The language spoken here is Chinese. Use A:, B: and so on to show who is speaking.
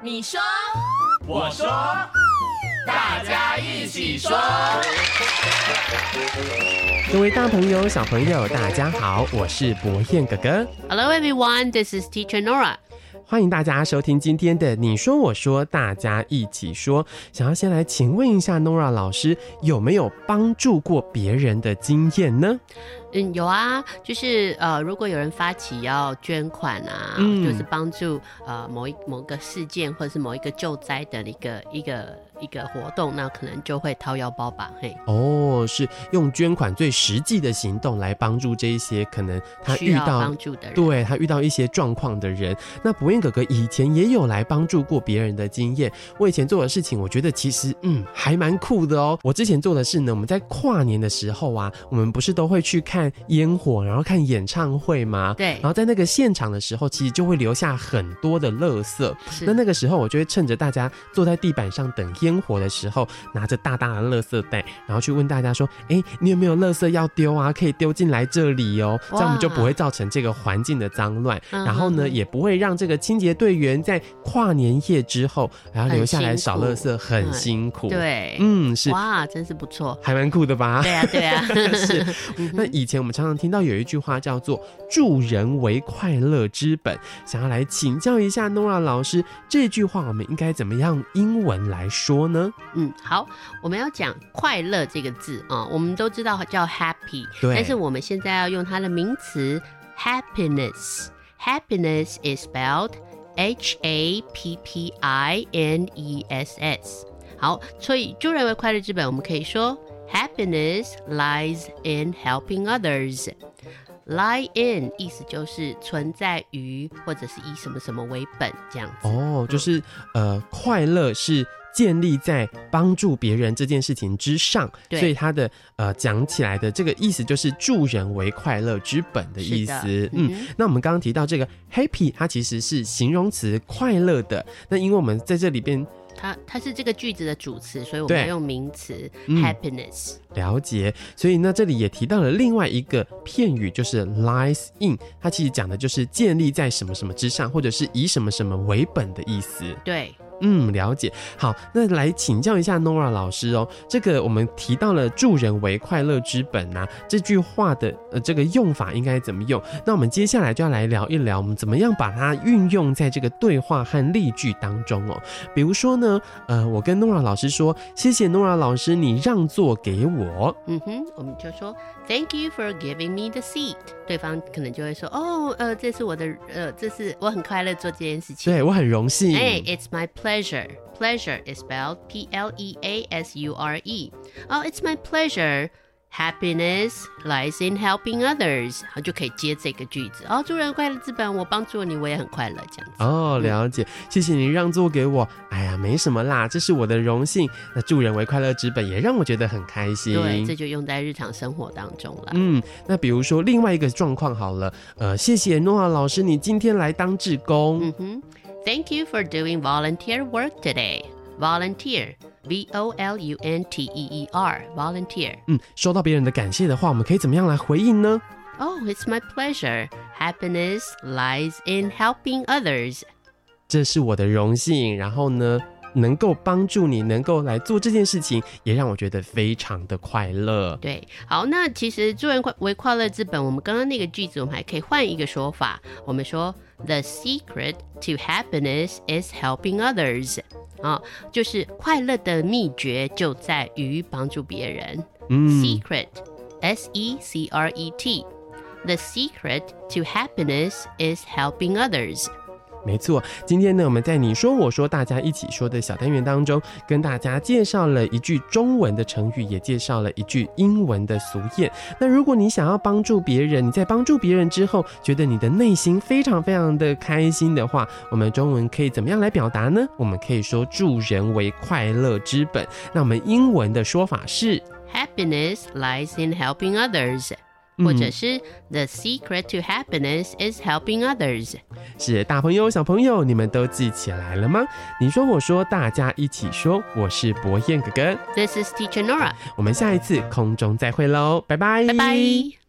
A: 你说，
B: 我说，大家一起说。
C: 各位大朋友、小朋友，大家好，我是博彦哥哥，
A: Hello everyone, this is Teacher Nora。
C: 欢迎大家收听今天的《你说我说》，大家一起说。想要先来请问一下 Nora 老师，有没有帮助过别人的经验呢？
A: 嗯，有啊，就是呃，如果有人发起要捐款啊，
C: 嗯
A: 就是帮助呃某一某个事件或者是某一个救灾的一个一个一个活动，那可能就会掏腰包吧，嘿，
C: 哦，是用捐款最实际的行动来帮助这一些可能他
A: 需
C: 遇
A: 要
C: 到
A: 帮助的人。
C: 对他遇到一些状况的人，那博彦哥哥以前也有来帮助过别人的经验。我以前做的事情，我觉得其实嗯还蛮酷的哦。我之前做的事呢，我们在跨年的时候啊，我们不是都会去看烟火，然后看演唱会吗？
A: 对
C: 啊然后在那个现场的时候，其实就会留下很多的垃圾。
A: 是
C: 那那个时候，我就会趁着大家坐在地板上等烟火的时候，拿着大大的垃圾袋，然后去问大家说：“哎、你有没有垃圾要丢啊？可以丢进来这里哦。”这样我们就不会造成这个环境的脏乱，
A: 嗯
C: 然后呢，
A: 嗯嗯
C: 也不会让这个清洁队员在跨年夜之后，然后留下来扫垃圾，很辛苦。，
A: 嗯对，
C: 嗯，是
A: 哇，真是不错。
C: 还蛮酷的吧？
A: 对啊，对啊，
C: 是，那以前我们常常听到有一句话叫做“助人为快乐之本”，想要来请教一下 Nora 老师，这句话我们应该怎么样用英文来说呢？
A: 嗯，好，我们要讲快乐这个字啊、我们都知道叫 happy，
C: 对
A: 但是我们现在要用它的名词 happiness。happiness is spelled H A P P I N E S S。好，所以助人为快乐之本，我们可以说 happiness lies in helping others。lie in 意思就是存在于或者是以什么什么为本这样子。
C: 哦，就是呃，快乐是建立在帮助别人这件事情之上，
A: 对
C: 所以它的呃讲起来的这个意思就是助人为快乐之本的意思
A: 是的。嗯
C: 嗯
A: 哼，
C: 那我们刚刚提到这个 happy，它其实是形容词快乐的。那因为我们在这里边
A: 它它是这个句子的主词，所以我们
C: 对
A: 要用名词、
C: 嗯
A: happiness。
C: 了解，所以呢，这里也提到了另外一个片语，就是 lies in，它其实讲的就是建立在什么什么之上，或者是以什么什么为本的意思。
A: 对，
C: 嗯，了解。好，那来请教一下 Nora 老师哦，这个我们提到了“助人为快乐之本、呐，这句话的呃这个用法应该怎么用？那我们接下来就要来聊一聊，我们怎么样把它运用在这个对话和例句当中哦。比如说呢，呃，我跟 Nora 老师说：“谢谢 Nora 老师，你让座给我。”
A: 嗯哼，我们就说 Thank you for giving me the seat。对方可能就会说，哦，呃，这是我的，呃，这是我很快乐做这件事情。
C: 对我很荣幸。
A: 哎、i t s my pleasure. Pleasure is spelled P L E A S U R E. 哦、i t s my pleasure. Happiness lies in helping others. 好，就可以接这个句子。哦，助人快乐之本，我帮助了你，我也很快乐，这样子。
C: 哦，
A: 嗯
C: 了解，谢谢你让座给我。哎呀，没什么啦，这是我的荣幸。那助人为快乐之本也让我觉得很开心。
A: 对，这就用在日常生活当中了。
C: 嗯，那比如说另外一个状况好了，呃，谢谢诺亚老师，你今天来当志工。
A: Mm-hmm. Thank you for doing volunteer work today. Volunteer, V O L U N T E E R, volunteer.
C: 嗯，收到别人的感谢的话，我们可以怎么样来回应呢？
A: Oh, it's my pleasure. Happiness lies in helping others.
C: 这是我的荣幸。然后呢，能够帮助你，能够来做这件事情，也让我觉得非常的快乐。
A: 对，好，那其实助人快为快乐之本，我们刚刚那个句子，我们还可以换一个说法，我们说 The secret to happiness is helping others。啊、就是快乐的秘诀就在于帮助别人。
C: 嗯，
A: secret, S E C R E T. The secret to happiness is helping others.
C: 没错。今天呢，我们在你说我说大家一起说的小单元当中，跟大家介绍了一句中文的成语，也介绍了一句英文的俗谚。那如果你想要帮助别人，你在帮助别人之后，觉得你的内心非常非常的开心的话，我们中文可以怎么样来表达呢？我们可以说助人为快乐之本。那我们英文的说法是，
A: Happiness lies in helping others.
C: 嗯。
A: 或者是 The secret to happiness is helping others.
C: 是大朋友小朋友，你们都记起来了吗？你说我说，大家一起说，我是博彦哥哥，
A: This is Teacher Nora.
C: 我们下一次空中再会喽，拜拜，
A: Bye bye.